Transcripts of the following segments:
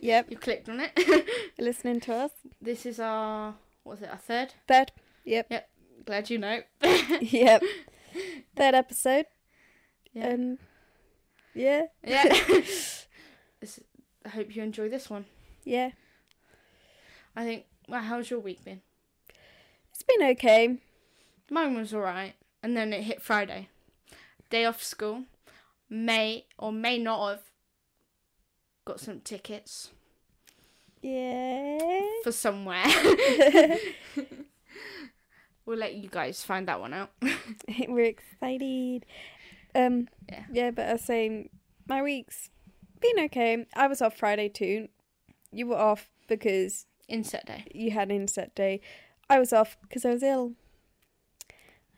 Yep. You clicked on it. Listening to us. this is our what was it? Our third. Third. Yep. Glad you know. Yep. Third episode. Yeah. And yeah. yeah. This- I hope you enjoy this one. Yeah. I think. Well, how's your week been? It's been okay. Mine was alright, and then it hit Friday, day off school. May or may not have got some tickets Yeah. for somewhere. we'll let you guys find that one out. We're excited. Um yeah. Yeah. but I was saying my week's been okay. I was off Friday too. You were off because Insert day. you had an inset day. I was off because I was ill.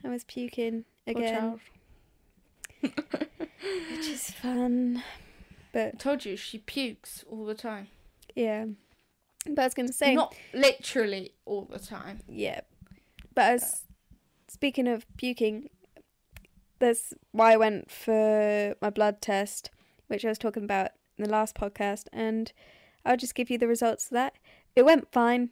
I was puking Poor again, child. which is fun. But I told you she pukes all the time. yeah, but I was gonna say Not literally all the time. yeah. But I was speaking of puking. That's why I went for my blood test, which I was talking about in the last podcast, and I'll just give you the results of that. It went fine.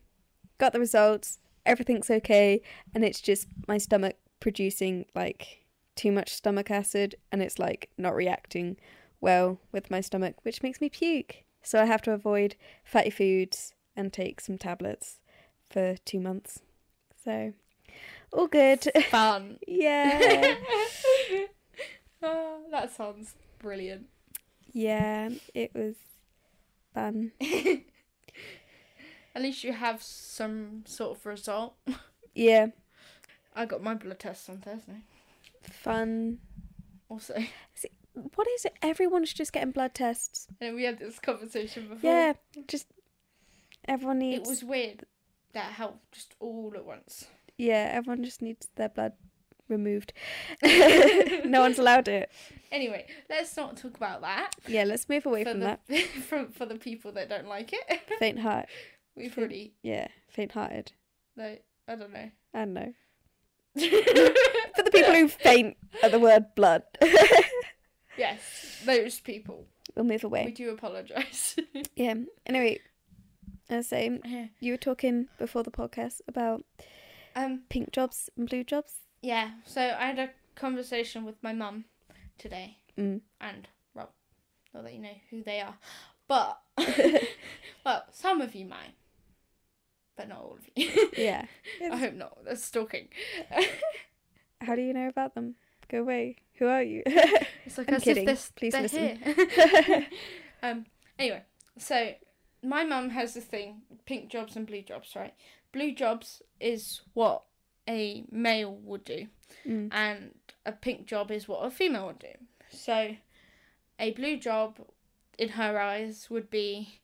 Got the results. Everything's okay, and it's just my stomach producing like too much stomach acid and it's like not reacting well with my stomach, which makes me puke. So I have to avoid fatty foods and take some tablets for two months. So, all good. Fun. yeah. Oh, that sounds brilliant. yeah, it was fun. At least you have some sort of result. Yeah, I got my blood test on Thursday. fun. Also, What is it? Everyone's just getting blood tests. and we had this conversation before. Yeah, just everyone It needs. was weird that helped just all at once. Yeah, everyone just needs their blood removed. no one's allowed it. Anyway, let's not talk about that. Yeah, let's move away for from the, that. from, for the people that don't like it. Faint heart. We've already, Yeah, faint hearted. no, I don't know. I don't know. For the people who faint at the word blood, yes, those people. we'll move We away. do apologise. Yeah. Anyway, I was saying um, you were talking before the podcast about pink jobs and blue jobs. yeah, so I had a conversation with my mum today Mm. and Rob. Not that you know who they are. But, well, some of you might. But not all of you. Yeah. I hope not. That's stalking. How do you know about them? Go away. Who are you? It's like I'm as if kidding. they're s- Please they're listen. here. um. Anyway, so my mum has this thing: pink jobs and blue jobs, right? Blue jobs is what a male would do, Mm. and a pink job is what a female would do. So, a blue job, in her eyes, would be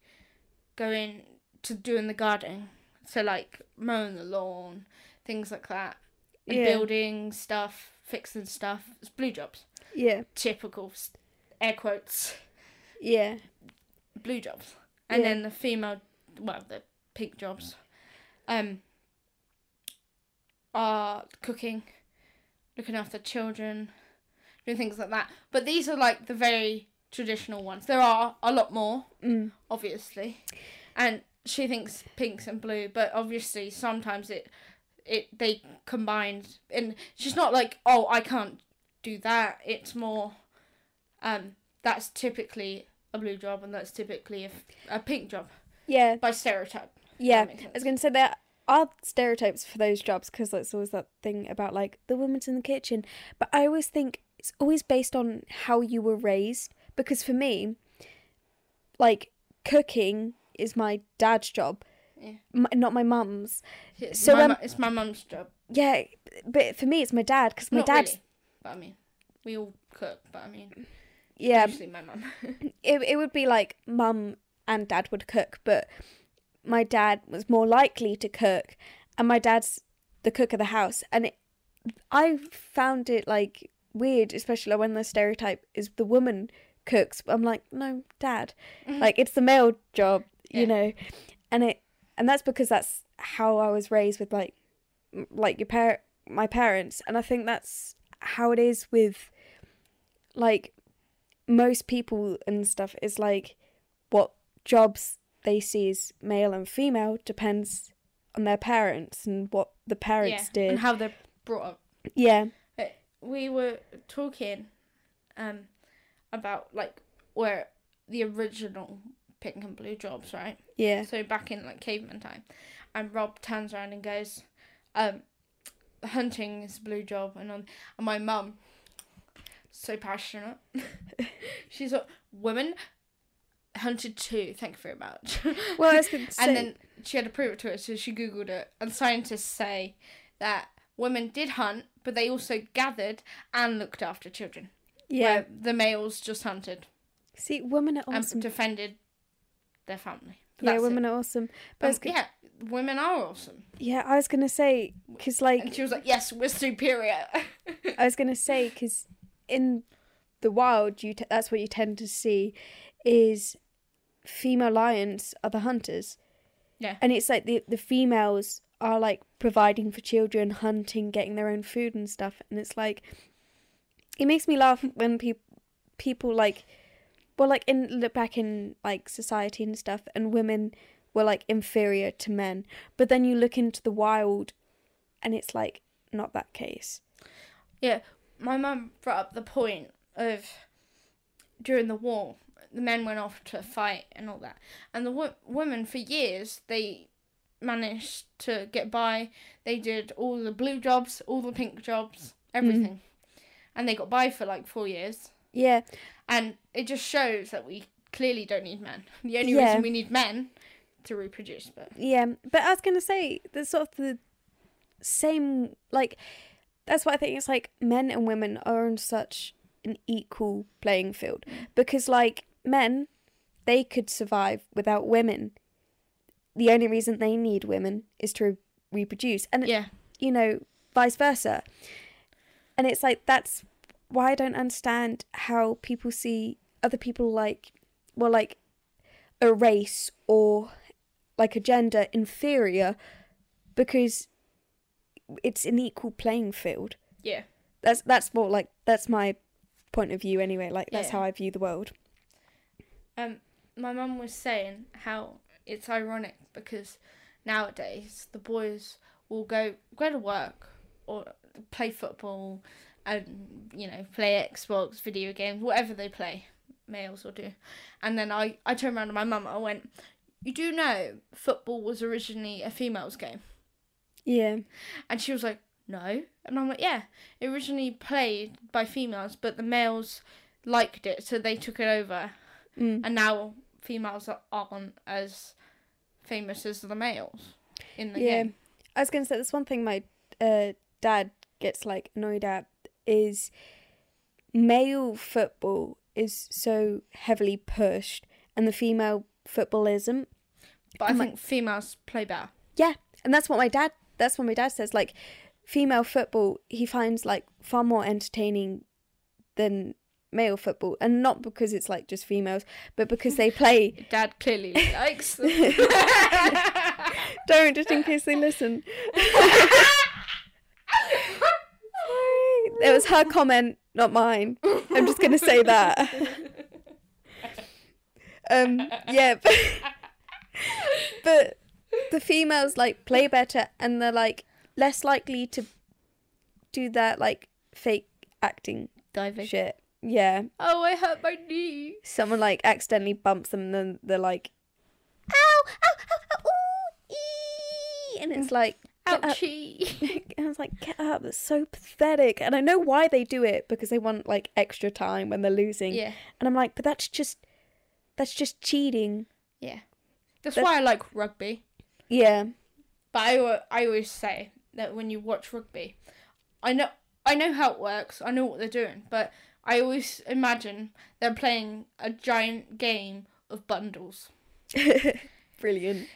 going to doing the gardening, so like mowing the lawn, things like that, and Yeah. building stuff, fixing stuff. It's blue jobs yeah. typical s- air quotes Yeah. blue jobs and Yeah. then the female well the pink jobs um are cooking looking after children doing things like that but these are like the very traditional ones there are a lot more Mm. obviously and she thinks pinks and blue but obviously sometimes it it they combined and she's not like oh i can't do that it's more um that's typically a blue job and that's typically a, f- a pink job Yeah. by stereotype Yeah, makes I sense. was going to say there are stereotypes for those jobs because that's always that thing about like the woman's in the kitchen. But I always think it's always based on how you were raised because for me, like cooking is my dad's job, Yeah. m- not my mum's. it's So, my, um, mu- it's my mum's job Yeah, but for me it's my dad because my Not dad's really, but i mean we all cook but i mean yeah usually my mum it, it would be like mum and dad would cook, but my dad was more likely to cook, and my dad's the cook of the house. And it, I found it like weird, especially when the stereotype is the woman cooks. I'm like, no, dad, like it's the male job, you Mm-hmm. Yeah. know, and it and that's because that's how I was raised with like m- like your par my parents, and I think that's how it is with like most people and stuff is like what jobs they see as male and female depends on their parents and what the parents yeah, did. and how they're brought up. yeah, we were talking um about like where the original pink and blue jobs right yeah, so back in like caveman time and rob turns around and goes um hunting is a blue job and on and my mum so passionate she's like women hunted too thank you very much Well, I was gonna say- and then she had to prove it to us so she googled it and scientists say that women did hunt but they also gathered and looked after children yeah. where the males just hunted See, women are awesome. and defended their family But yeah, Um, that's women it. are awesome. But I Um, was go- yeah women are awesome yeah. I was gonna say because like and she was like yes we're superior I was gonna say because in the wild, you t- that's what you tend to see is female lions are the hunters. Yeah. and it's like the the females are like providing for children, hunting, getting their own food and stuff, and it's like it makes me laugh when people people like well like in look back in like society and stuff and women were like inferior to men but then you look into the wild and it's like not that case Yeah, my mum brought up the point of during the war, the men went off to fight and all that, and the wo- women for years they managed to get by. They did all the blue jobs, all the pink jobs, everything, and they got by for like four years. yeah And it just shows that we clearly don't need men. The only Yeah. reason we need men to reproduce, but Yeah, but I was gonna say there's sort of the same like that's why I think it's like men and women are on such an equal playing field because like men they could survive without women. The only reason they need women is to re- reproduce, and yeah, you know vice versa. And it's like that's why I don't understand how people see other people like well like a race or like a gender inferior because it's an equal playing field. yeah. That's that's what like that's my point of view anyway. Like that's Yeah. how I view the world. Um, my mum was saying how it's ironic because nowadays the boys will go go to work or play football and you know play Xbox, video games, whatever they play, males will do. And then I I turned around to my mum. I went, "You do know football was originally a females game." Yeah. And she was like, no. And I'm like, yeah. It originally played by females, but the males liked it, so they took it over. Mm. And now females are- aren't as famous as the males in the Yeah. game. I was going to say that's one thing my uh, dad gets like annoyed at is male football is so heavily pushed and the female football isn't. But I I'm think females play better. Yeah, and that's what my dad. That's what my dad says. Like female football, he finds like far more entertaining than male football, and not because it's like just females, but because they play Dad clearly likes them. Don't, just in case they listen. it was her comment, not mine. I'm just gonna say that. um, yeah, but, but the females like play better, and they're like less likely to do that like fake acting Diving. shit. Yeah, Oh, I hurt my knee. someone like accidentally bumps them, and then they're like, ow, ow, ow, ow ooh, ee," and it's like, get up. Ouchie. and I was like, get up, that's so pathetic. And I know why they do it because they want like extra time when they're losing. yeah. And I'm like, but that's just, that's just cheating. Yeah. That's That's- why I like rugby. Yeah, But I, al- I always say that when you watch rugby, I know I know how it works. I know what they're doing, but I always imagine they're playing a giant game of bundles, brilliant.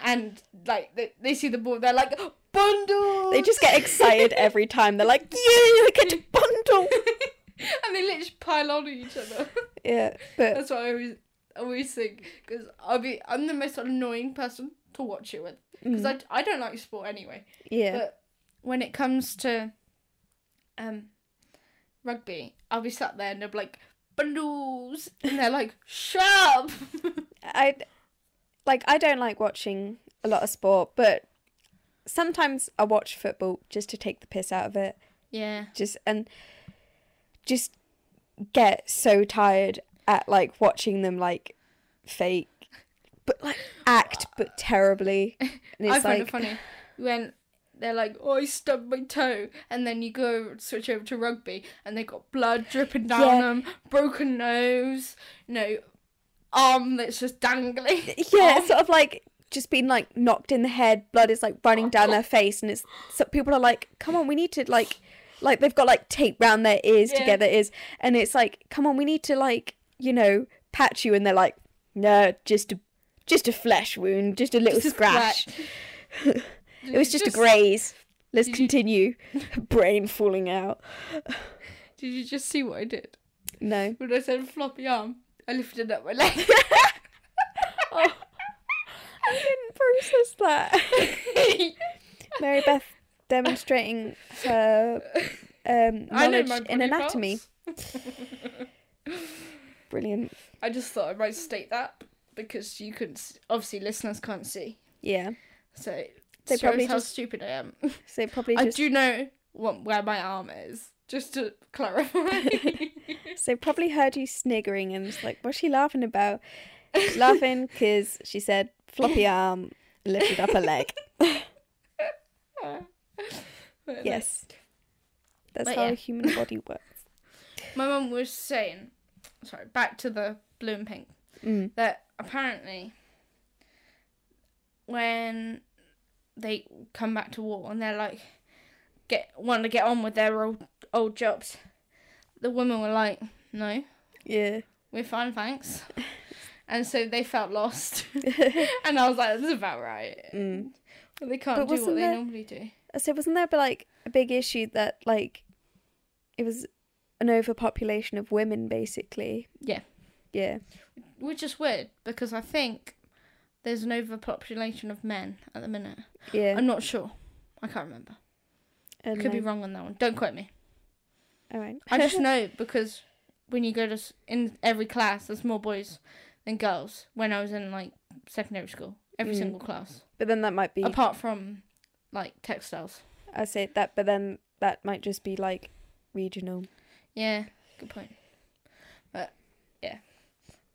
and like they, they see the ball, they're like bundle. They just get excited every time. They're like, yeah, I get a bundle. and they literally pile on each other. Yeah, but That's what I always I always think because I'll be I'm the most annoying person to watch it with because I, I don't like sport anyway. mm, yeah, But when it comes to um rugby, I'll be sat there and they'll be like bundles, and they're like shut up. I, like I don't like watching a lot of sport, but sometimes I watch football just to take the piss out of it. Yeah. Just and just get so tired at like watching them like fake but like act but terribly. And I it's find like it funny when they're like, "Oh, I stubbed my toe," and then you go switch over to rugby, and they got blood dripping down Yeah. them, broken nose, you know, arm that's just dangling. Oh. yeah, it's sort of like just being like knocked in the head, blood is like running down their face, and it's so people are like, "Come on, we need to like, like they've got like tape round their ears to Yeah. get their ears," and it's like, "Come on, we need to like, you know, patch you," and they're like, "No, just a, just a flesh wound, just a little Just a scratch. It was just, a graze." Let's continue. Brain falling out. Did you just see what I did No. when I said floppy arm? I lifted up my leg. I didn't process that. Mary Beth demonstrating her um, I know knowledge my in body anatomy. parts. Brilliant. I just thought I might state that because you couldn't, s- obviously, listeners can't see. Yeah. So it They shows probably how just- stupid I am. So probably I just do know what, where my arm is, just to clarify. so probably heard you sniggering and was like, what's she laughing about? She's laughing because she said floppy arm lifted up a leg. But Yes. That's But how yeah. a human body works. like, my mum was saying, sorry, back to the bloom pink, Mm. that apparently when they come back to war and they're like, get want to get on with their old old jobs, the women were like, no, Yeah. we're fine, thanks. And so they felt lost, and I was like, "That's about right." Mm. But they can't But do what wasn't they there- normally do. So wasn't there but like a big issue that like it was an overpopulation of women basically? Yeah. Yeah. Which is weird because I think there's an overpopulation of men at the minute. Yeah. I'm not sure. I can't remember. And Could be like- wrong on that one. Don't quote me. All right. I just know because when you go to s- in every class, there's more boys than girls. When I was in like secondary school, every Mm. single class but then that might be apart from like textiles. I say that, but then that might just be like regional. Yeah, good point. But yeah,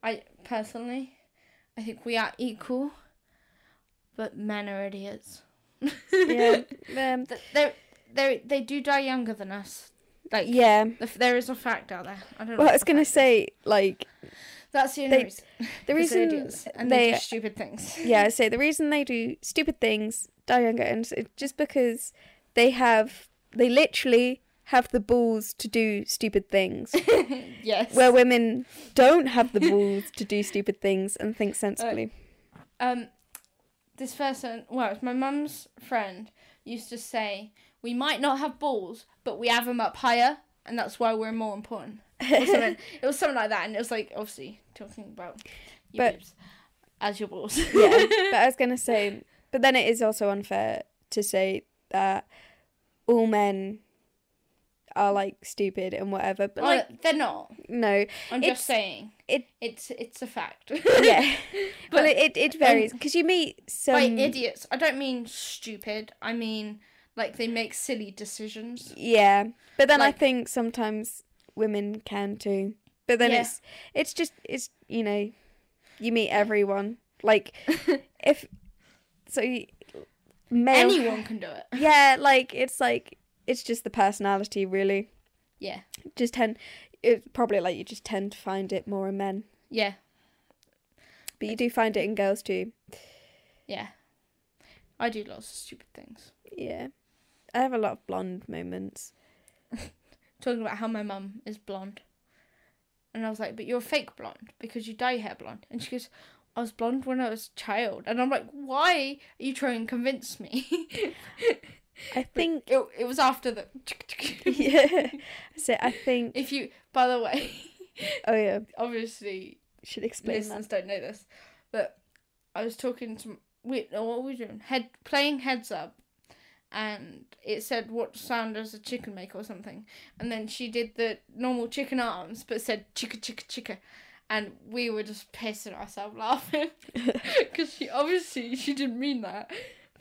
I personally, I think we are equal, but men are idiots. Yeah. um, Th- They're, they they do die younger than us. Like yeah, yeah. there is a fact out there. I don't know. Well, what I was the gonna fact is. say like that's the only they- reason. the 'cause they're reason idiots and they, they- do stupid things. yeah so the reason they do stupid things die younger and it's just because they have they literally have the balls to do stupid things yes. where women don't have the balls to do stupid things and Uh, think sensibly. um, this person, well, it's my mum's friend used to say, "We might not have balls, but we have them up higher, and that's why we're more important." Or something. it was something like that, and it was like obviously talking about your But- boobs as your balls. yeah, but I was gonna say, but then it is also unfair to say that all men are like stupid and whatever. But Well, like, they're not. no, I'm it's- just saying. it- it's it's a fact. yeah. But- But it, it, it varies because you meet some. By idiots, I don't mean stupid. I mean like they make silly decisions. yeah, but then like- I think sometimes women can too. But then Yeah. it's it's just it's you know, you meet everyone like if so you, male Anyone can do it. yeah like it's like it's just the personality really Yeah. just tend it probably like you just tend to find it more in men Yeah. but you do find it in girls too Yeah. I do lots of stupid things. yeah i have a lot of blonde moments Talking about how my mum is blonde. And I was like, but you're fake blonde because you dye your hair blonde. And she goes, I was blonde when I was a child. And I'm like, why are you trying to convince me? i think it, it was after the. yeah so i think If you, by the way, oh yeah obviously should explain that listeners don't know this, but I was talking to we no, what were we doing head playing heads up, and it said what sound does a chicken make or something, and then she did the normal chicken arms but said chicka chicka chicka, and we were just pissing ourselves laughing because she obviously she didn't mean that,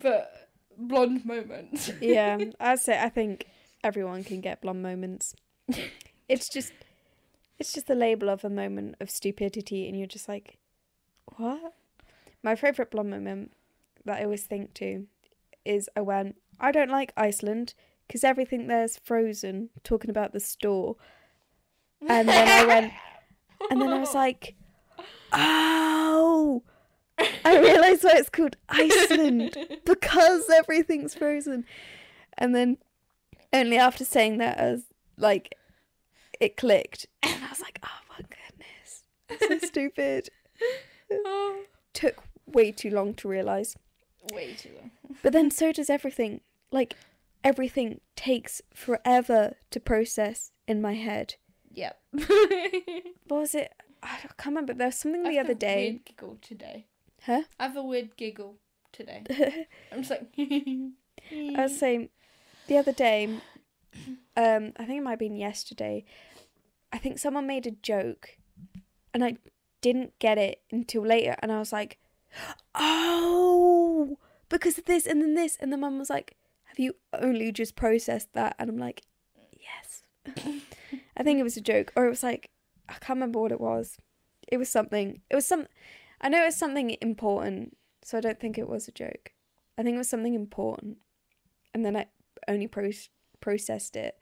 but blonde moments. yeah, I'd say I think everyone can get blonde moments. It's just, it's just the label of a moment of stupidity, and you're just like, what? My favorite blonde moment that I always think to is I went. I don't like Iceland because everything there's frozen. Talking about the store, and then I went, and then I was like, oh. I realised why it's called Iceland because everything's frozen. And then only after saying that, I was like, it clicked. And I was like, oh my goodness, that's so stupid. Oh, Took way too long to realise. way too long. But then so does everything. Like, everything takes forever to process in my head. Yep. What was it? I don't- can't remember. There was something the I have other a day. Weird giggle today. Huh? I have a weird giggle today. I'm just like. I was saying the other day, um, I think it might have been yesterday. I think someone made a joke, and I didn't get it until later, and I was like, "Oh, because of this, and then this," and the mum was like, "Have you only just processed that?" And I'm like, "Yes." I think it was a joke, or it was like I can't remember what it was. It was something. It was some. I know it was something important, so I don't think it was a joke. I think it was something important, and then I only pro- processed it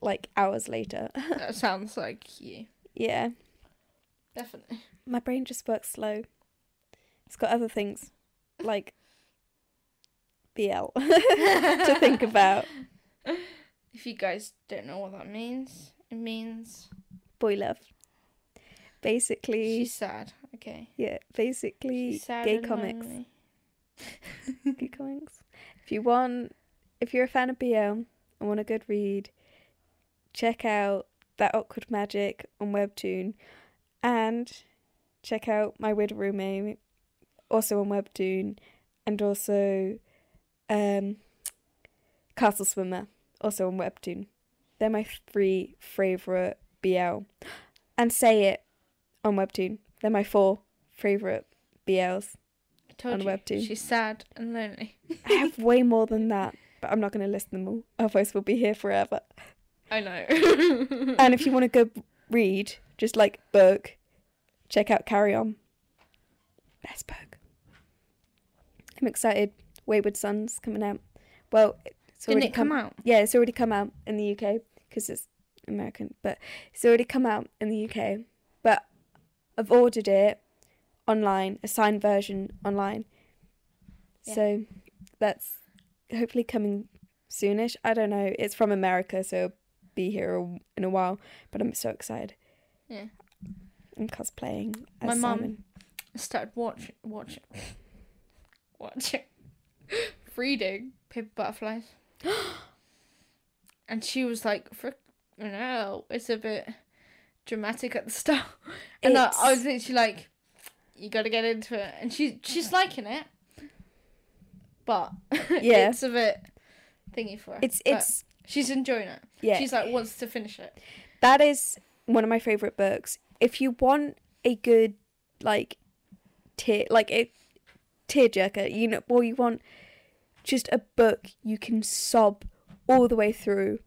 like hours later. that sounds like you. yeah, Definitely. my brain just works slow. It's got other things like BL to think about. If you guys don't know what that means, it means Boy love, basically. she's sad. Okay. Yeah, basically, She's sad gay and comics. lonely. Gay comics. If you want, if you're a fan of BL and want a good read, check out That Awkward Magic on Webtoon and check out My Weird Roommate, also on Webtoon, and also um, Castle Swimmer, also on Webtoon. They're my three favourite BL. And Say It on Webtoon. They're my four favourite BLs. I told on you, Webtoon. She's sad and lonely. I have way more than that, but I'm not going to list them all. Otherwise, we'll be here forever. I know. And if you want a good read, just like book, check out Carry On. Best book. I'm excited. Wayward Sons coming out. Well, it's Didn't already it come out? Yeah, it's already come out in the UK because it's American, but it's already come out in the UK. But I've ordered it online, a signed version online. Yeah. So that's hopefully coming soonish. I don't know. It's from America, so it'll be here a- in a while. But I'm so excited. Yeah. I'm cosplaying as My mum- Simon. I started watching, watching, watching, reading Paper Butterflies. and she was like, frick, you know, it's a bit dramatic at the start. And I, I was literally like, you gotta get into it. And she, she's liking it. But Yeah. it's a bit thingy for her. It's But it's she's enjoying it. yeah. She's like, wants to finish it. That is one of my favorite books. If you want a good like tear like a tearjerker, you know, or you want just a book you can sob all the way through.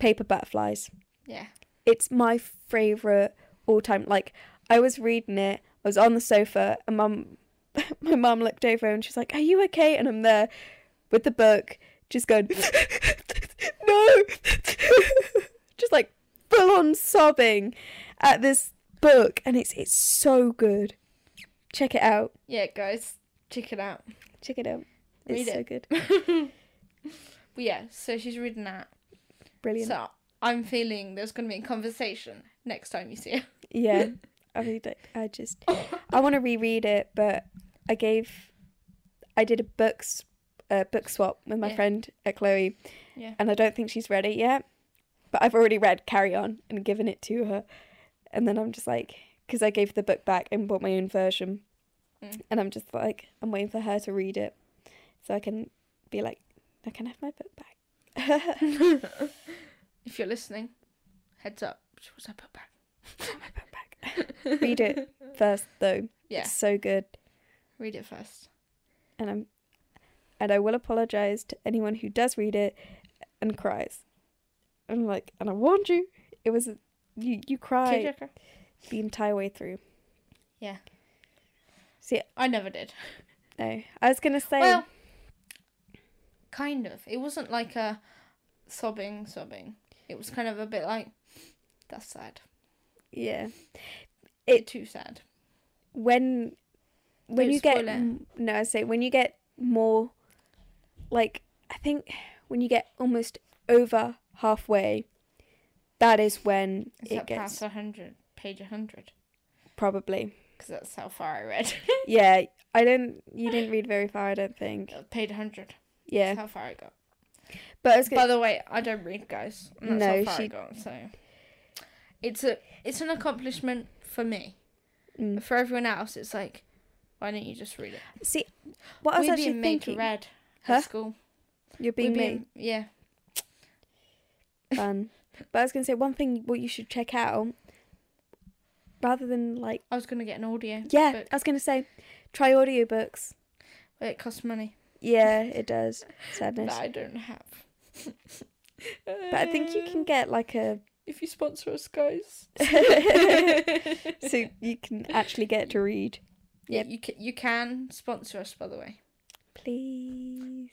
Paper Butterflies. Yeah. It's my favorite all time. Like I was reading it, I was on the sofa, and mum, my mum looked over and she's like, "Are you okay?" And I'm there with the book, just going, "No," just like full on sobbing at this book, and it's it's so good. Check it out. Yeah, guys, check it out. Check it out. It's Read it. so good. But yeah, so she's reading that. Brilliant. So I'm feeling there's going to be a conversation next time you see her. Yeah, I really don't. I just I want to reread it, but I gave I did a book s- uh, book swap with my Yeah. friend at Chloe, Yeah. and I don't think she's read it yet. But I've already read Carry On and given it to her, and then I'm just like, because I gave the book back and bought my own version, Mm. and I'm just like, I'm waiting for her to read it, so I can be like, I can have my book back. If you're listening, heads up. She wants her book back. my book back. Read it first, though. Yeah. It's so good. Read it first. And I'm. And I will apologize to anyone who does read it and cries. I'm like, and I warned you. It was. You, you cried Tearjerker. the entire way through. Yeah. See, I never did. no. I was going to say. Well, kind of. It wasn't like a sobbing, sobbing. It was kind of a bit like, that's sad. yeah. It too sad. when when Don't you get spoil it. m- no, I say when you get more like I think when you get almost over halfway, that is when Is it that gets past hundred? Page hundred? probably. Because that's how far I read. Yeah, I don't. You didn't read very far, I don't think. page hundred. That's Yeah, how far I got. but I was By gonna, the way, I don't read, guys. And that's No, how far I she- got. So it's a it's an accomplishment for me. Mm. For everyone else, it's like, why don't you just read it? see what I was We're actually being made to thinking. read Huh? at school. You're We're being made being- yeah. fun. But I was gonna say one thing. What you should check out, rather than like I was gonna get an audio. yeah, But I was gonna say, try audiobooks. it costs money Yeah, it does. Sadness. that I don't have. But I think you can get like a if you sponsor us, guys. so you can actually get to read. Yeah, Yeah. you can, you can sponsor us, by the way. Please.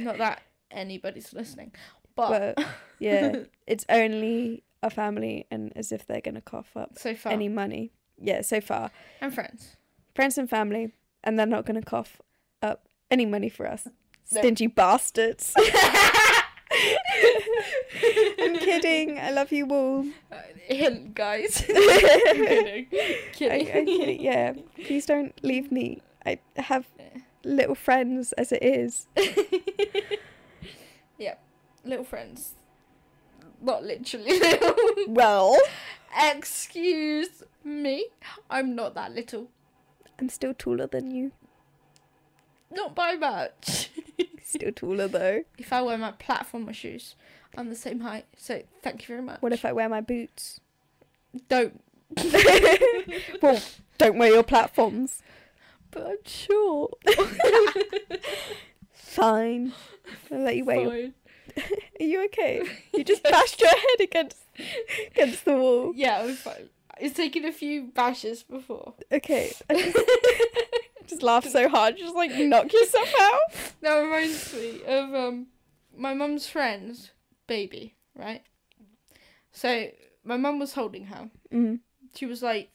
Not that anybody's listening, but Well, yeah, it's only a family, and as if they're gonna cough up so far any money. Yeah, so far, and friends. friends and family, and they're not gonna cough up any money for us. No. Stingy bastards. I'm kidding. I love you all. Uh, hint, guys. I'm kidding. I, Kidding. I kidding. Yeah, please don't leave me. I have little friends as it is. Yep. Little friends. Not literally little. Well, Excuse me. I'm not that little. I'm still taller than you. Not by much. Still taller though. if I wear my platformer shoes, I'm the same height. So thank you very much. What if I wear my boots? don't? Well, don't wear your platforms. But I'm sure. Fine. I'll let you wear your. Fine. Are you okay? You just bashed your head against against the wall. Yeah, I'm fine. It's taken a few bashes before. Okay. I just, just laugh so hard, just like knock yourself out. That reminds me of um my mum's friend's baby, right? So my mum was holding her. Mm. She was like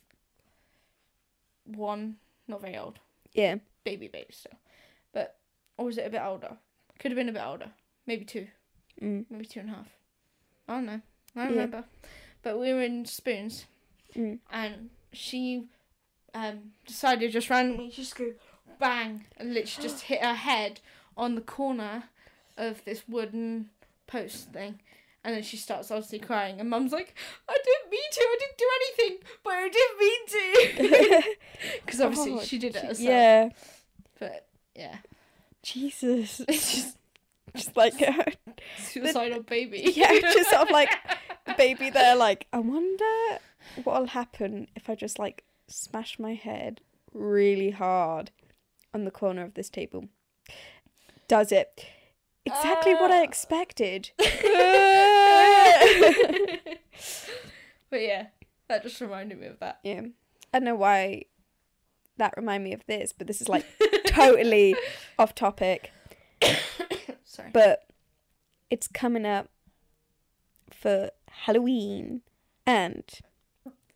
one, not very old, Yeah. baby baby still, but or was it a bit older? Could have been a bit older, maybe two, Mm. maybe two and a half. I don't know. I Yeah. don't remember. But we were in spoons, Mm. and she um decided just randomly just go bang and literally just hit her head on the corner of this wooden post thing. And then she starts obviously crying, and Mum's like, "I didn't mean to. I didn't do anything, but I didn't mean to." Because obviously Oh, she did it herself. Yeah. But yeah, Jesus. it's just Just like uh, suicidal baby. yeah, just sort of like the baby there. Like I wonder what'll happen if I just like smash my head really hard on the corner of this table. Does it? Exactly what I Ah. expected. but yeah, that just reminded me of that. Yeah. I don't know why that reminded me of this, but this is like totally off topic. Sorry. But it's coming up for Halloween and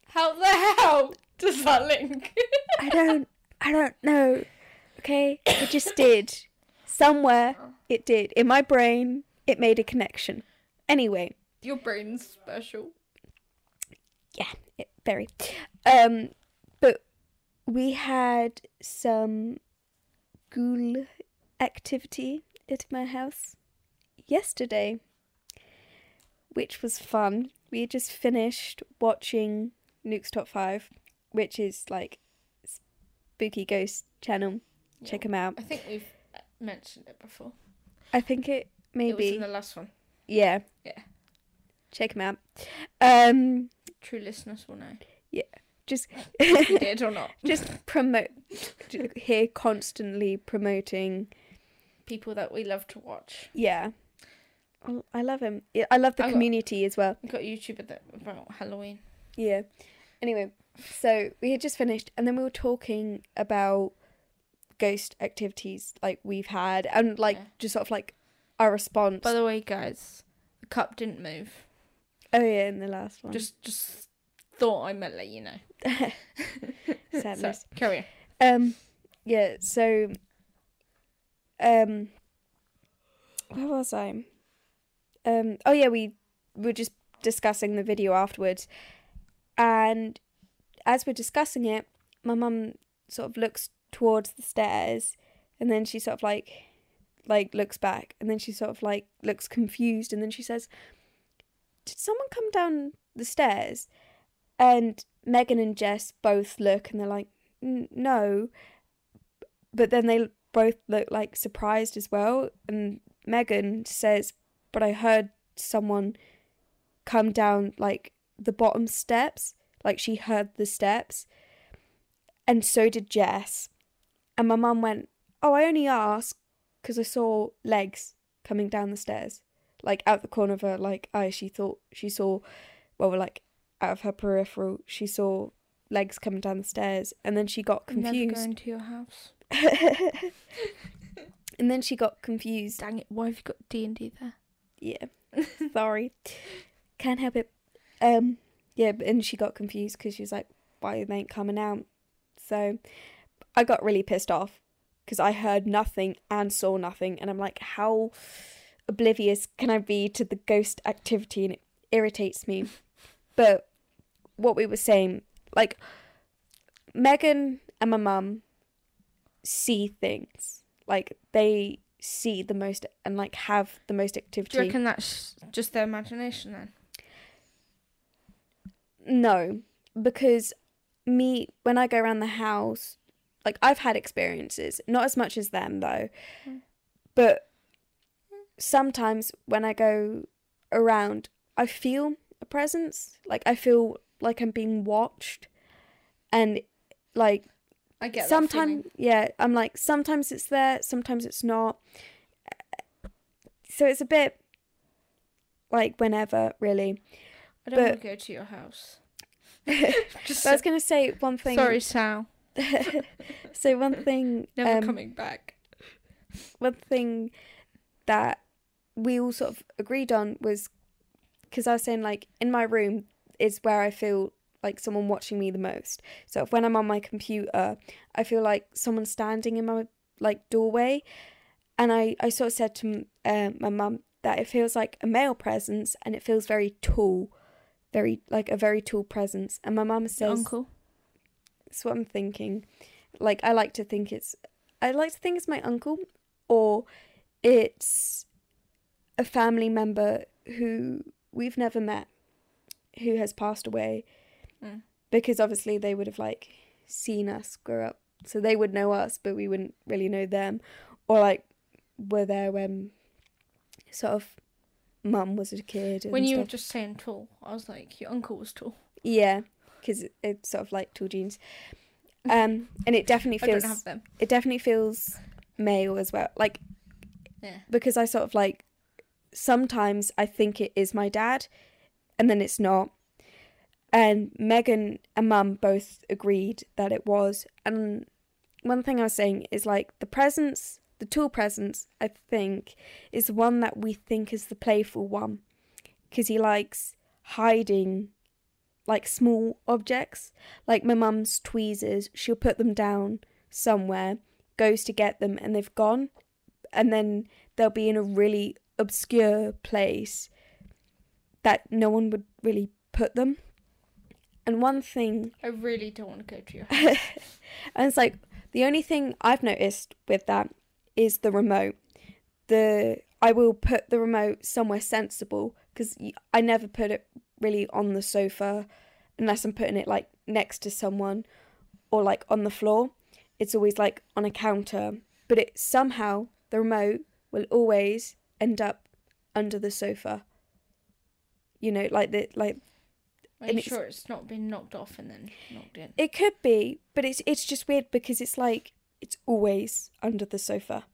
How the hell does that link? I don't I don't know. Okay? It just did. Somewhere it did. In my brain, it made a connection. Anyway, Your brain's special. it very. Um but we had some ghoul activity at my house yesterday. Which was fun. We just finished watching Nuke's Top Five, which is like spooky ghost channel. Check them out. I think we've uh, mentioned it before. I think it It was maybe in the last one. yeah Yeah. check him out. Um, True listeners will know. just if you did or not. just promote here constantly promoting. People that we love to watch. Yeah, Oh, I love him. Yeah, I love the I got- community as well. We've got a YouTuber that about Halloween. Yeah. Anyway, so we had just finished, and then we were talking about ghost activities like we've had, and like Yeah. just sort of like our response. By the way, guys, the cup didn't move. oh yeah, in the last one, Just just thought I might let you know. So, sadness. carry on. Um, yeah. So, um, where was I? Um. Oh yeah, we were just discussing the video afterwards, and as we're discussing it, my mum sort of looks towards the stairs, and then she sort of like, like looks back, and then she sort of like looks confused, and then she says, "Did someone come down the stairs?" And Megan and Jess both look, and they're like n- no but then they both look like surprised as well and megan says but i heard someone come down like the bottom steps like she heard the steps and so did jess and my mum went oh i only asked because i saw legs coming down the stairs like out the corner of her like eye she thought she saw well like out of her peripheral she saw legs coming down the stairs and then she got Never confused going to your house. and then she got confused. Dang it! Why have you got D and D there? Yeah, sorry, can't help it. Um, yeah, but- and she got confused because she was like, "Why they ain't coming out?" So I got really pissed off because I heard nothing and saw nothing, and I'm like, "How oblivious can I be to the ghost activity?" And it irritates me. But what we were saying, like Megan and my mum see things, like they see the most and like have the most Do you activity. reckon that's just their imagination then? No, because me when I go around the house, like I've had experiences, not as much as them though, but sometimes when I go around, I feel a presence. Like I feel like I'm being watched, and like I get sometimes yeah i'm like sometimes it's there sometimes it's not so it's a bit like whenever really that feeling. I don't but- want to go to your house. just but i was going to say one thing sorry, Sal. so one thing Never um, coming back. one thing that we all sort of agreed on was because I was saying like in my room is where I feel like someone watching me the most. So if when I'm on my computer, I feel like someone standing in my like doorway, and I I sort of said to m- uh, my mum that it feels like a male presence and it feels very tall, very like a very tall presence. And my mum Your says uncle. that's what I'm thinking. Like I like to think it's I like to think it's my uncle or it's a family member who we've never met who has passed away. Mm. Because obviously they would have like seen us grow up. So they would know us but we wouldn't really know them. Or like were there when sort of mum was a kid and When you were stuff. just saying tall, I was like, your uncle was tall. Yeah. Because it's sort of like tall jeans. Um and it definitely I don't feels have them. it definitely feels male as well. Like Yeah. because I sort of like sometimes I think it is my dad and then it's not. And Megan and Mum both agreed that it was. And one thing I was saying is like the presence, the tool presence, I think, is the one that we think is the playful one because he likes hiding like small objects, like my mum's tweezers. She'll put them down somewhere, goes to get them, and they've gone. And then they'll be in a really obscure place that no one would really put them. And one thing I really don't want to go to your house. and it's like the only thing I've noticed with that is the remote. The I will put the remote somewhere sensible because I never put it really on the sofa unless I'm putting it like next to someone or like on the floor. It's always like on a counter, but it somehow the remote will always end up under the sofa. You know, like the like Are And you it's- sure it's not been knocked off and then knocked in? It could be, but it's it's just weird because it's like it's always under the sofa.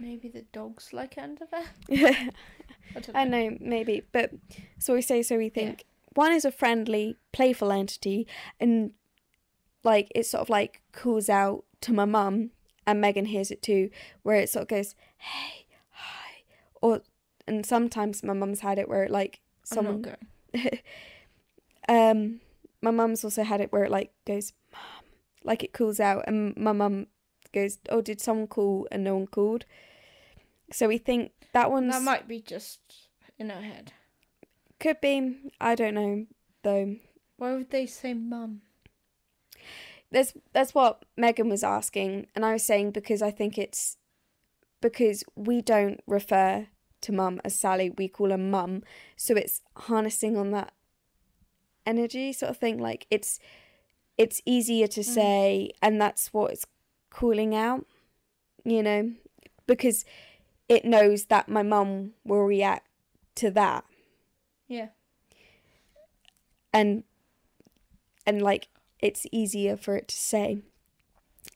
Maybe the dogs like it under there. I don't know. I know, maybe, but so we say, so we think. One is a friendly, playful entity, and like it sort of like calls out to my mum, and Megan hears it too, where it sort of goes, "Hey, hi," or and sometimes my mum's had it where it like I'm someone not going. um my mum's also had it where it like goes mum like it calls out and my mum goes oh did someone call and no one called so we think that one's That might be just in her head. could be i don't know though Why would they say mum? that's that's what megan was asking and i was saying because i think it's because we don't refer to mum as sally we call her mum so it's harnessing on that energy sort of thing like it's it's easier to say and that's what it's calling out you know because it knows that my mum will react to that Yeah. and and like it's easier for it to say.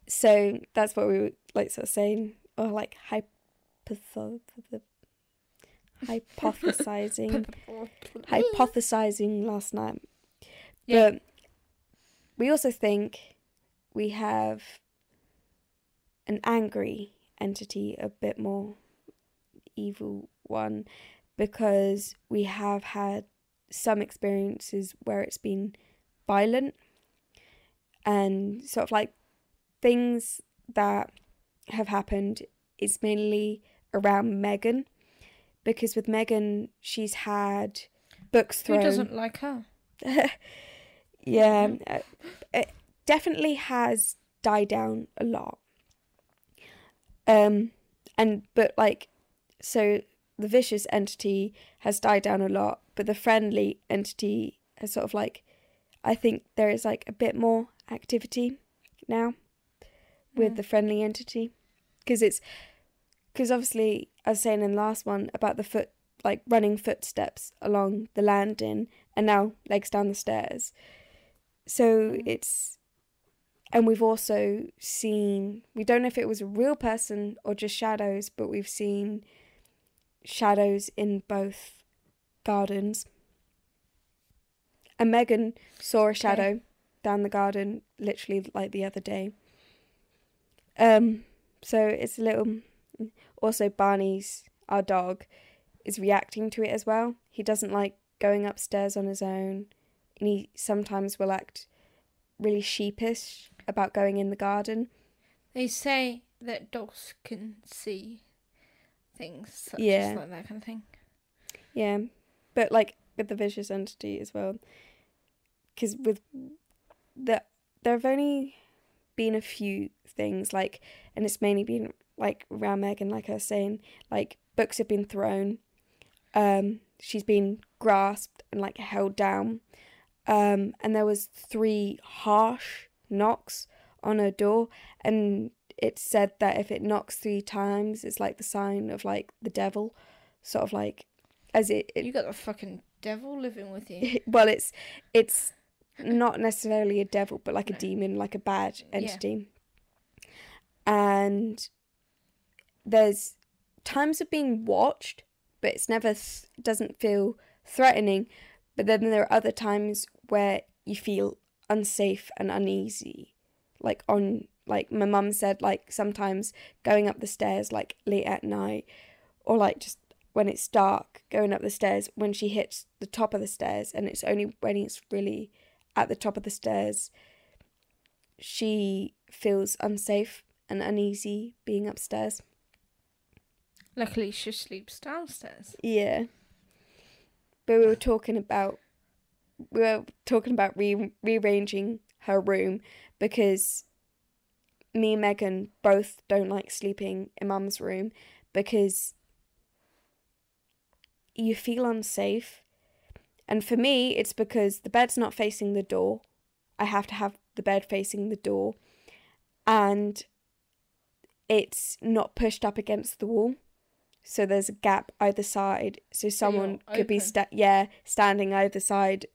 So that's what we were like sort of saying, or like hypotho- hypothesizing, hypothesizing last night. Yeah. But we also think we have an angry entity, a bit more evil one, because we have had some experiences where it's been violent and sort of like things that have happened is mainly around Megan because with Megan she's had books Who thrown doesn't like her? yeah, uh, it definitely has died down a lot. Um, and but like, so the vicious entity has died down a lot, but the friendly entity has sort of like, I think there is like a bit more activity now with the friendly entity because it's because obviously I was saying in the last one about the foot like running footsteps along the landing and now legs down the stairs. So it's and we've also seen we don't know if it was a real person or just shadows, but we've seen shadows in both gardens. And Megan saw a shadow down the garden literally like the other day. Um so it's a little also Barney's our dog is reacting to it as well. He doesn't like going upstairs on his own, and he sometimes will act really sheepish about going in the garden. They say that dogs can see things such Yeah. as like that kind of thing. Yeah, but like with the vicious entity as well, because with the there have only been a few things like, and it's mainly been like around Megan, like I was saying, like books have been thrown, um, she's been grasped and like held down, um, and there was three harsh knocks on her door, and it said that if it knocks three times, it's like the sign of like the devil, sort of like as it, it You got the fucking devil living with you. well it's it's not necessarily a devil but like a demon like a bad entity and there's times of being watched but it's never th- doesn't feel threatening but then there are other times where you feel unsafe and uneasy like on like my mum said like sometimes going up the stairs like late at night or like just when it's dark going up the stairs when she hits the top of the stairs and it's only when it's really at the top of the stairs she feels unsafe and uneasy being upstairs Luckily, she sleeps downstairs. yeah but we were talking about we were talking about re- rearranging her room because me and Megan both don't like sleeping in mum's room because you feel unsafe. And for me, it's because the bed's not facing the door. I have to have the bed facing the door. And it's not pushed up against the wall. so there's a gap either side so someone could be open. sta- yeah standing either side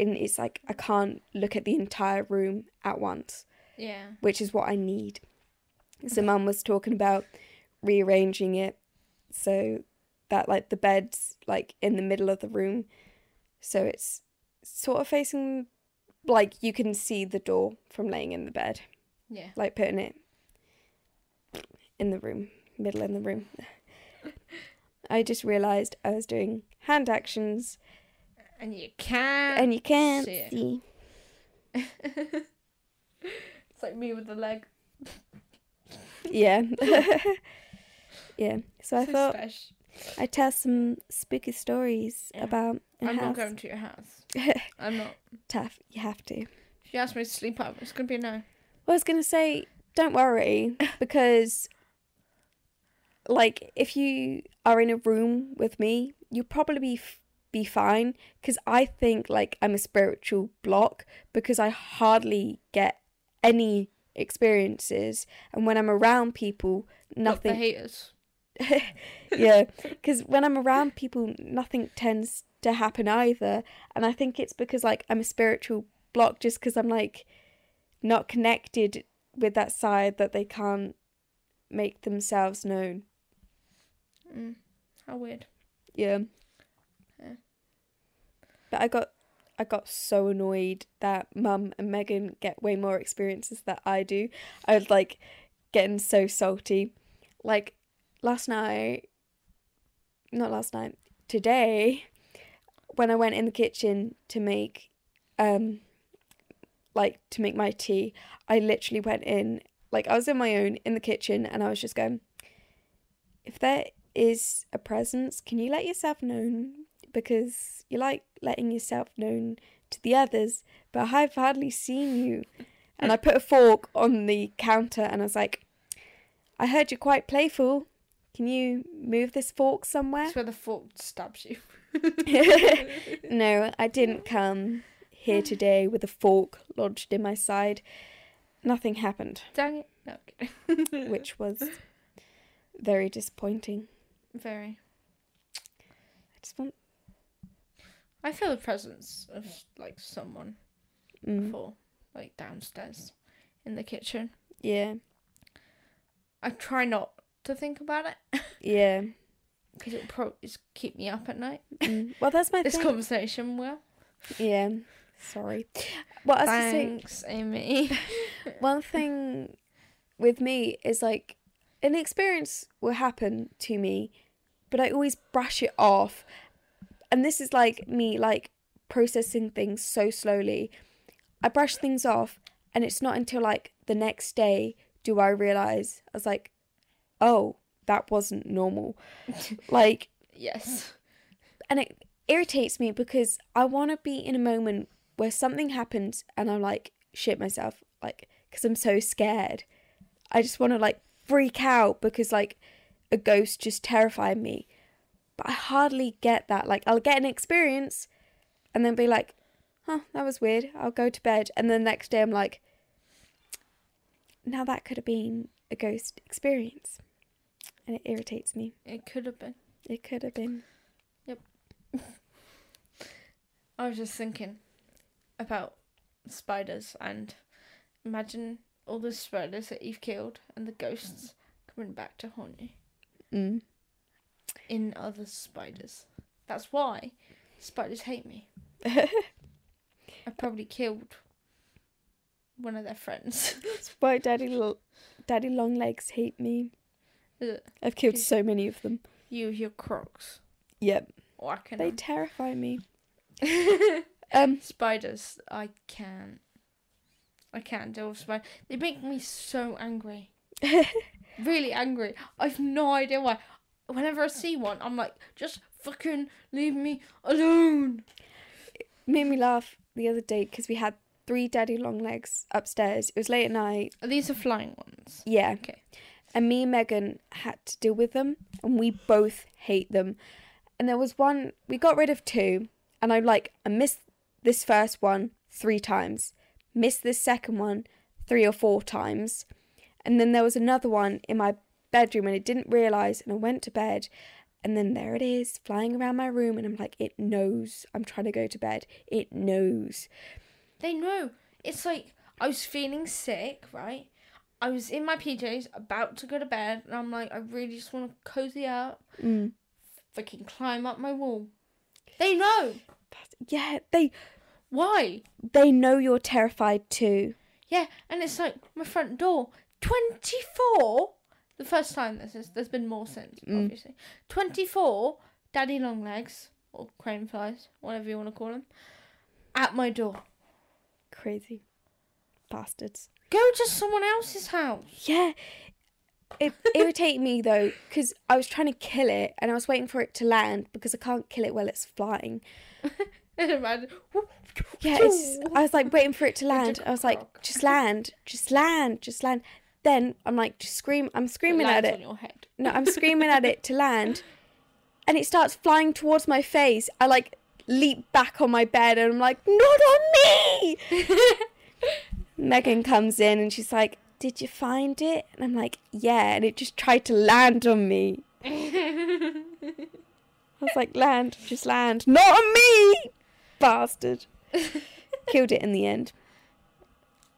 and it's like i can't look at the entire room at once Yeah. which is what i need so mum was talking about rearranging it so that like the bed's like in the middle of the room so it's sort of facing like you can see the door from laying in the bed Yeah. like putting it in the room, middle in the room. I just realised I was doing hand actions And you can. and you can't see it. see. it's like me with the leg. Yeah. yeah. So I So thought special. I'd tell some spooky stories Yeah. about a I'm not house. going to your house. I'm not. Tough. You have to. If you ask me to sleep over, it's gonna be a no. Well, I was gonna say, don't worry because, like, if you are in a room with me, you'll probably be f- be fine. Because I think like I'm a spiritual block because I hardly get any experiences, and when I'm around people, Not the nothing. haters. yeah, because when I'm around people, nothing tends to happen either, and I think it's because like I'm a spiritual block, just because I'm like not connected with that side that they can't make themselves known. Mm. How weird. Yeah. Yeah. But I got I got so annoyed that Mum and Megan get way more experiences that I do. I was like getting so salty. Like last night not last night, today when I went in the kitchen to make um like to make my tea, I literally went in like I was in my own in the kitchen and I was just going if there is a presence, can you let yourself known? Because you like letting yourself known to the others, but I've hardly seen you. And I put a fork on the counter and I was like, I heard you're quite playful. Can you move this fork somewhere? It's where the fork stabs you. no, I didn't come here today with a fork lodged in my side. Nothing happened, Dang it. No, I'm kidding. which was very disappointing. Very. I just want. I feel the presence of like someone Mm, before, like downstairs, in the kitchen. yeah, I try not to think about it yeah. because it'll probably just keep me up at night. Mm. Well, that's my This thing. conversation will. Yeah, sorry. Well, I was gonna say, Thanks, Amy. one thing with me is like an experience will happen to me, but I always brush it off. And this is like me like processing things so slowly. I brush things off, and it's not until like the next day do I realize I was like, oh, that wasn't normal. like, yes. and it irritates me because I want to be in a moment where something happens and I'm like shit myself, like because I'm so scared. I just want to like freak out because like a ghost just terrified me, but I hardly get that. Like I'll get an experience and then be like, huh, that was weird. I'll go to bed, and then the next day I'm like, now that could have been a ghost experience, and it irritates me. It could have been. It could have been. I was just thinking about spiders and imagine all the spiders that you've killed and the ghosts coming back to haunt you Mm. in other spiders. That's why spiders hate me. I probably killed one of their friends. That's why Daddy L- Daddy Longlegs hate me. Is it I've killed so many of them. you, with your crocs. Yep, Oh, I can. they terrify me. Um, Spiders, I can't. I can't deal with spiders. They make me so angry. really angry. I've no idea why. Whenever I see one, I'm like, just fucking leave me alone. made me laugh the other day because we had three Daddy Longlegs upstairs. It was late at night. Are these the flying ones? Yeah. Okay. And me and Megan had to deal with them, and we both hate them. And there was one we got rid of two, and I'm like, I missed this first one three times, missed this second one three or four times, and then there was another one in my bedroom and I didn't realise and I went to bed and then there it is flying around my room and I'm like, it knows I'm trying to go to bed. It knows. They know. It's like I was feeling sick, right? I was in my PJs, about to go to bed, and I'm like, I really just want to cozy up, Mm. fucking climb up my wall. They know. Yeah, they Why? they know you're terrified too. Yeah, and it's like my front door, 24. The first time this is, there's been more since, Mm. obviously. 24 daddy long legs, or crane flies, whatever you want to call them, at my door. Crazy bastards. Go to someone else's house. Yeah. It irritated me though, because I was trying to kill it and I was waiting for it to land because I can't kill it while it's flying. Imagine. Yeah, it's just, I was like waiting for it to land. took a I was like, croc. just land, just land, just land. Then I'm like, just scream. I'm screaming at lands it. on your head. No, I'm screaming at it to land, and it starts flying towards my face. I like leap back on my bed, and I'm like, not on me. Megan comes in and she's like, did you find it? And I'm like, yeah. And it just tried to land on me. I was like, land, just land, not on me, bastard. Killed it in the end.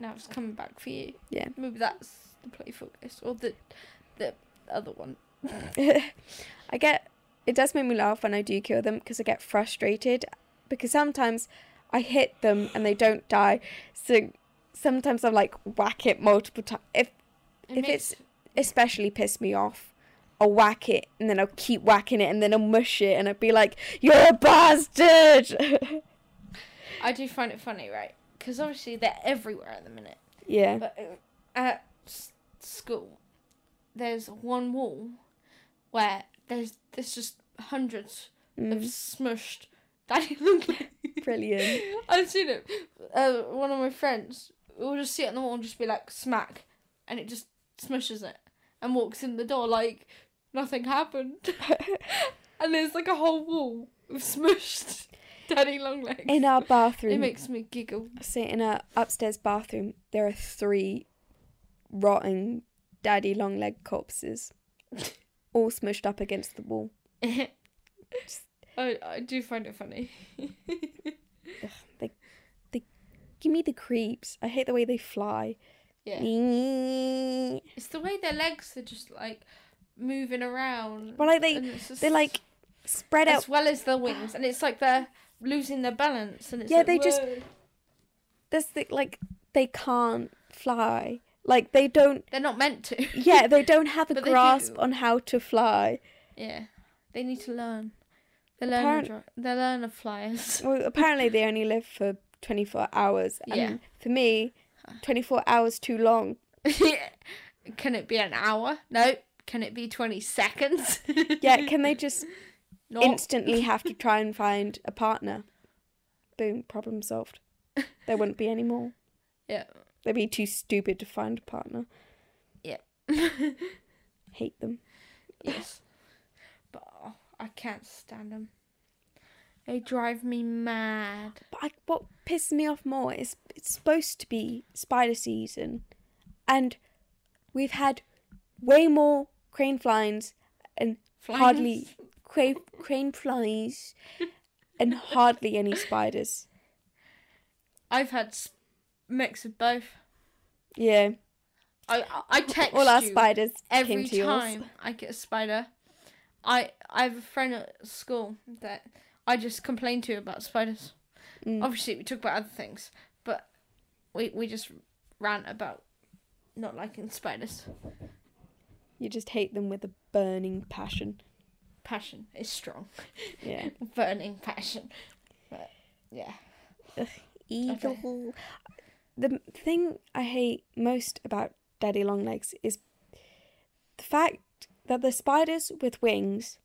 now it's coming back for you. Yeah. Maybe that's the playfulness or the the other one. I get it does make me laugh when I do kill them because I get frustrated because sometimes I hit them and they don't die. So sometimes I'm like whack it multiple times. If It If it's- especially piss me off, I'll whack it and then I'll keep whacking it and then I'll mush it and I'll be like, "You're a bastard." I do find it funny, right? Because obviously they're everywhere at the minute. yeah. But uh, at s- school, there's one wall where there's there's just hundreds of Mm, smushed daddy long legs. brilliant. I've seen it. Uh, one of my friends will just sit on the wall and just be like smack, and it just smushes it and walks in the door like nothing happened. and there's like a whole wall of smushed daddy long legs. In our it bathroom, makes me giggle. so in our upstairs bathroom, there are three rotting daddy long leg corpses, all smushed up against the wall. I I do find it funny. Give me the creeps. I hate the way they fly. Yeah, Well, it's the way their legs are just like moving around. like they and it's just- they like spread out. as well as their wings, and it's like they're losing their balance. And it's Yeah, like, they just- "Whoa." This thing, like they can't fly. Like they don't. they're not meant to. Yeah, they don't have a But they grasp do. on how to fly. Yeah, they need to learn. They're Apparent- learner, dri- they're learner flyers. Well, apparently they only live for twenty four hours. And Yeah. For me, twenty four hours too long. Can it be an hour? No. Can it be twenty seconds? Yeah. Can they just Not. instantly have to try and find a partner? Boom. Problem solved. There wouldn't be any more. Yeah. They'd be too stupid to find a partner. Hate them. yes. But oh, I can't stand them. They drive me mad. But I, what pisses me off more is it's supposed to be spider season, and we've had way more crane flies and hardly cra- crane flies and hardly any spiders. I've had s- mix of both. Yeah, I I- I text all our you spiders every came to time yours. I get a spider. I I have a friend at school that I just complain to about spiders. Mm. obviously we talk about other things, but we we just rant about not liking spiders. You just hate them with a burning passion. Passion is strong, Yeah, burning passion. But yeah, eagle. The thing I hate most about daddy long legs is the fact that they're spiders with wings,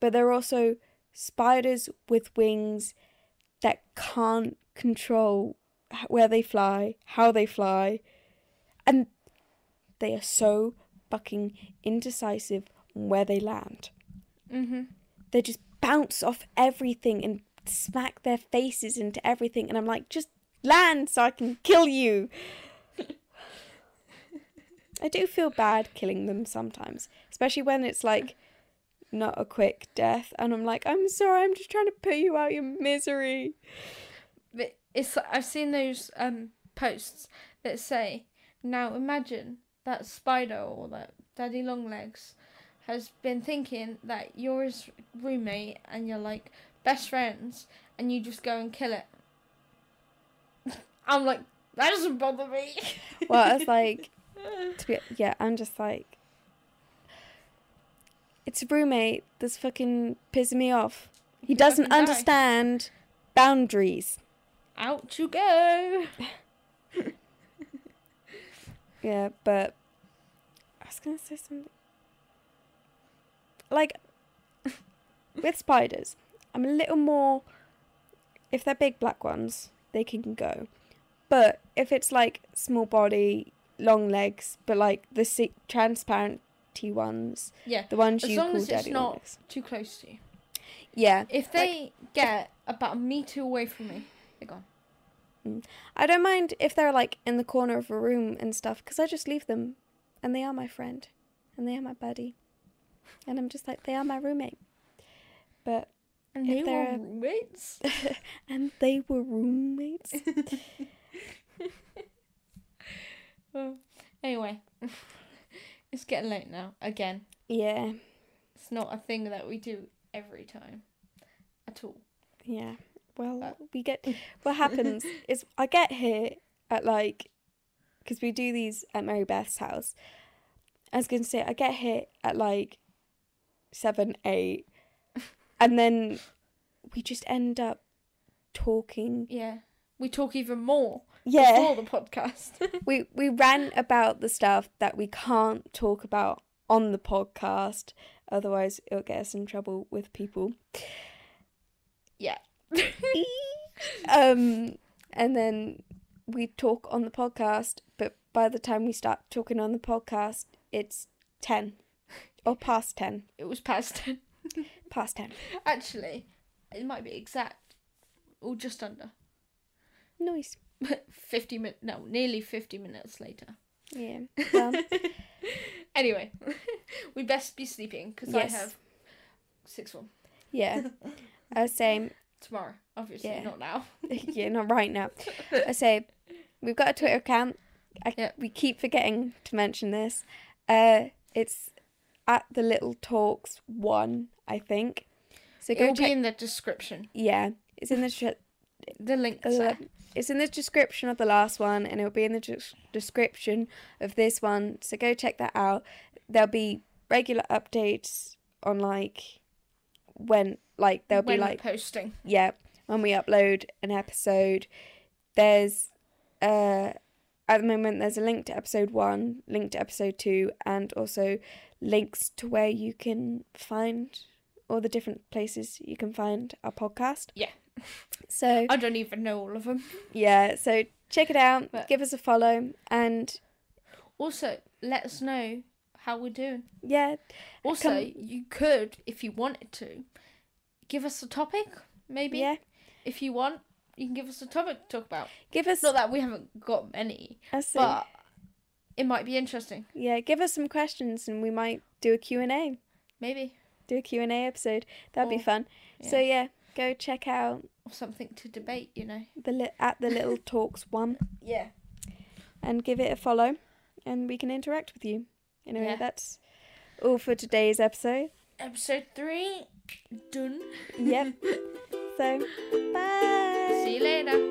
but they're also spiders with wings that can't control h- where they fly, how they fly, and they are so fucking indecisive on where they land. mhm. They just bounce off everything and smack their faces into everything, and I'm like, just land so I can kill you. I do feel bad killing them sometimes, especially when it's like not a quick death, and I'm like, I'm sorry, I'm just trying to put you out your misery. But it's I've seen those um posts that say, now imagine that spider or that daddy long legs has been thinking that you're his roommate and you're like best friends, and you just go and kill it. I'm like, that doesn't bother me. Well, it's like, to be, yeah, I'm just like, it's a roommate that's fucking pissing me off. He You doesn't fucking die. understand boundaries. Out you go. Yeah, but I was gonna say something. Like with spiders, I'm a little more. If they're big black ones, they can go. But if it's like small body, long legs, but like the se- transparent T ones, Yeah, the ones As you long call as it's daddy long not- legs. too close to you. Yeah, If they get about a meter away from me, they're gone. I don't mind if they're like in the corner of a room and stuff, because I just leave them, and they are my friend, and they are my buddy, and I'm just like they are my roommate. But And If they were they're- roommates. and they were roommates. Oh, anyway, it's getting late now. Again, yeah, it's not a thing that we do every time at all. yeah. Well, Uh. we get what happens is I get here at like because we do these at Mary Beth's house. I was gonna say I get here at like seven, eight, and then we just end up talking. Yeah, we talk even more Yeah, before the podcast. we we rant about the stuff that we can't talk about on the podcast. Otherwise, it'll get us in trouble with people. yeah. um, and then we talk on the podcast, but by the time we start talking on the podcast, it's 10 or past 10. It was past 10. Past 10. Actually, it might be exact or just under Nice. 50 minutes. No, nearly 50 minutes later. Yeah. Well, Anyway, we best be sleeping because Yes. I have six one yeah. I say, tomorrow. Obviously, Yeah. not now. yeah, not right now. I say, we've got a Twitter account. I, Yeah. We keep forgetting to mention this. Uh, it's at the Little Talks 1, I think. So It go will be check. in the description. Yeah. It's in the sh- The link. Uh, it's in the description of the last one and it'll be in the des- description of this one so go check that out there'll be regular updates on like when like there'll when be we're like posting. yeah when we upload an episode there's uh at the moment there's a link to episode 1 link to episode 2 and also links to where you can find all the different places you can find our podcast Yeah. so I don't even know all of them. yeah, so check it out, But- give us a follow, and Also, let us know how we're doing. yeah, Also, Come- you could, if you wanted to, give us a topic. Maybe yeah, if you want, you can give us a topic to talk about. give us Not that we haven't got many, us some- but it might be interesting. yeah, give us some questions, and we might do a Q and A, Maybe do a Q and A episode. That'd be Or- fun. yeah. So yeah, go check out or something to debate. You know. the li- at the little talks one Yeah. and give it a follow, and we can interact with you. Anyway, Yeah. that's all for today's episode. Episode three done. Yep. so bye. See you later.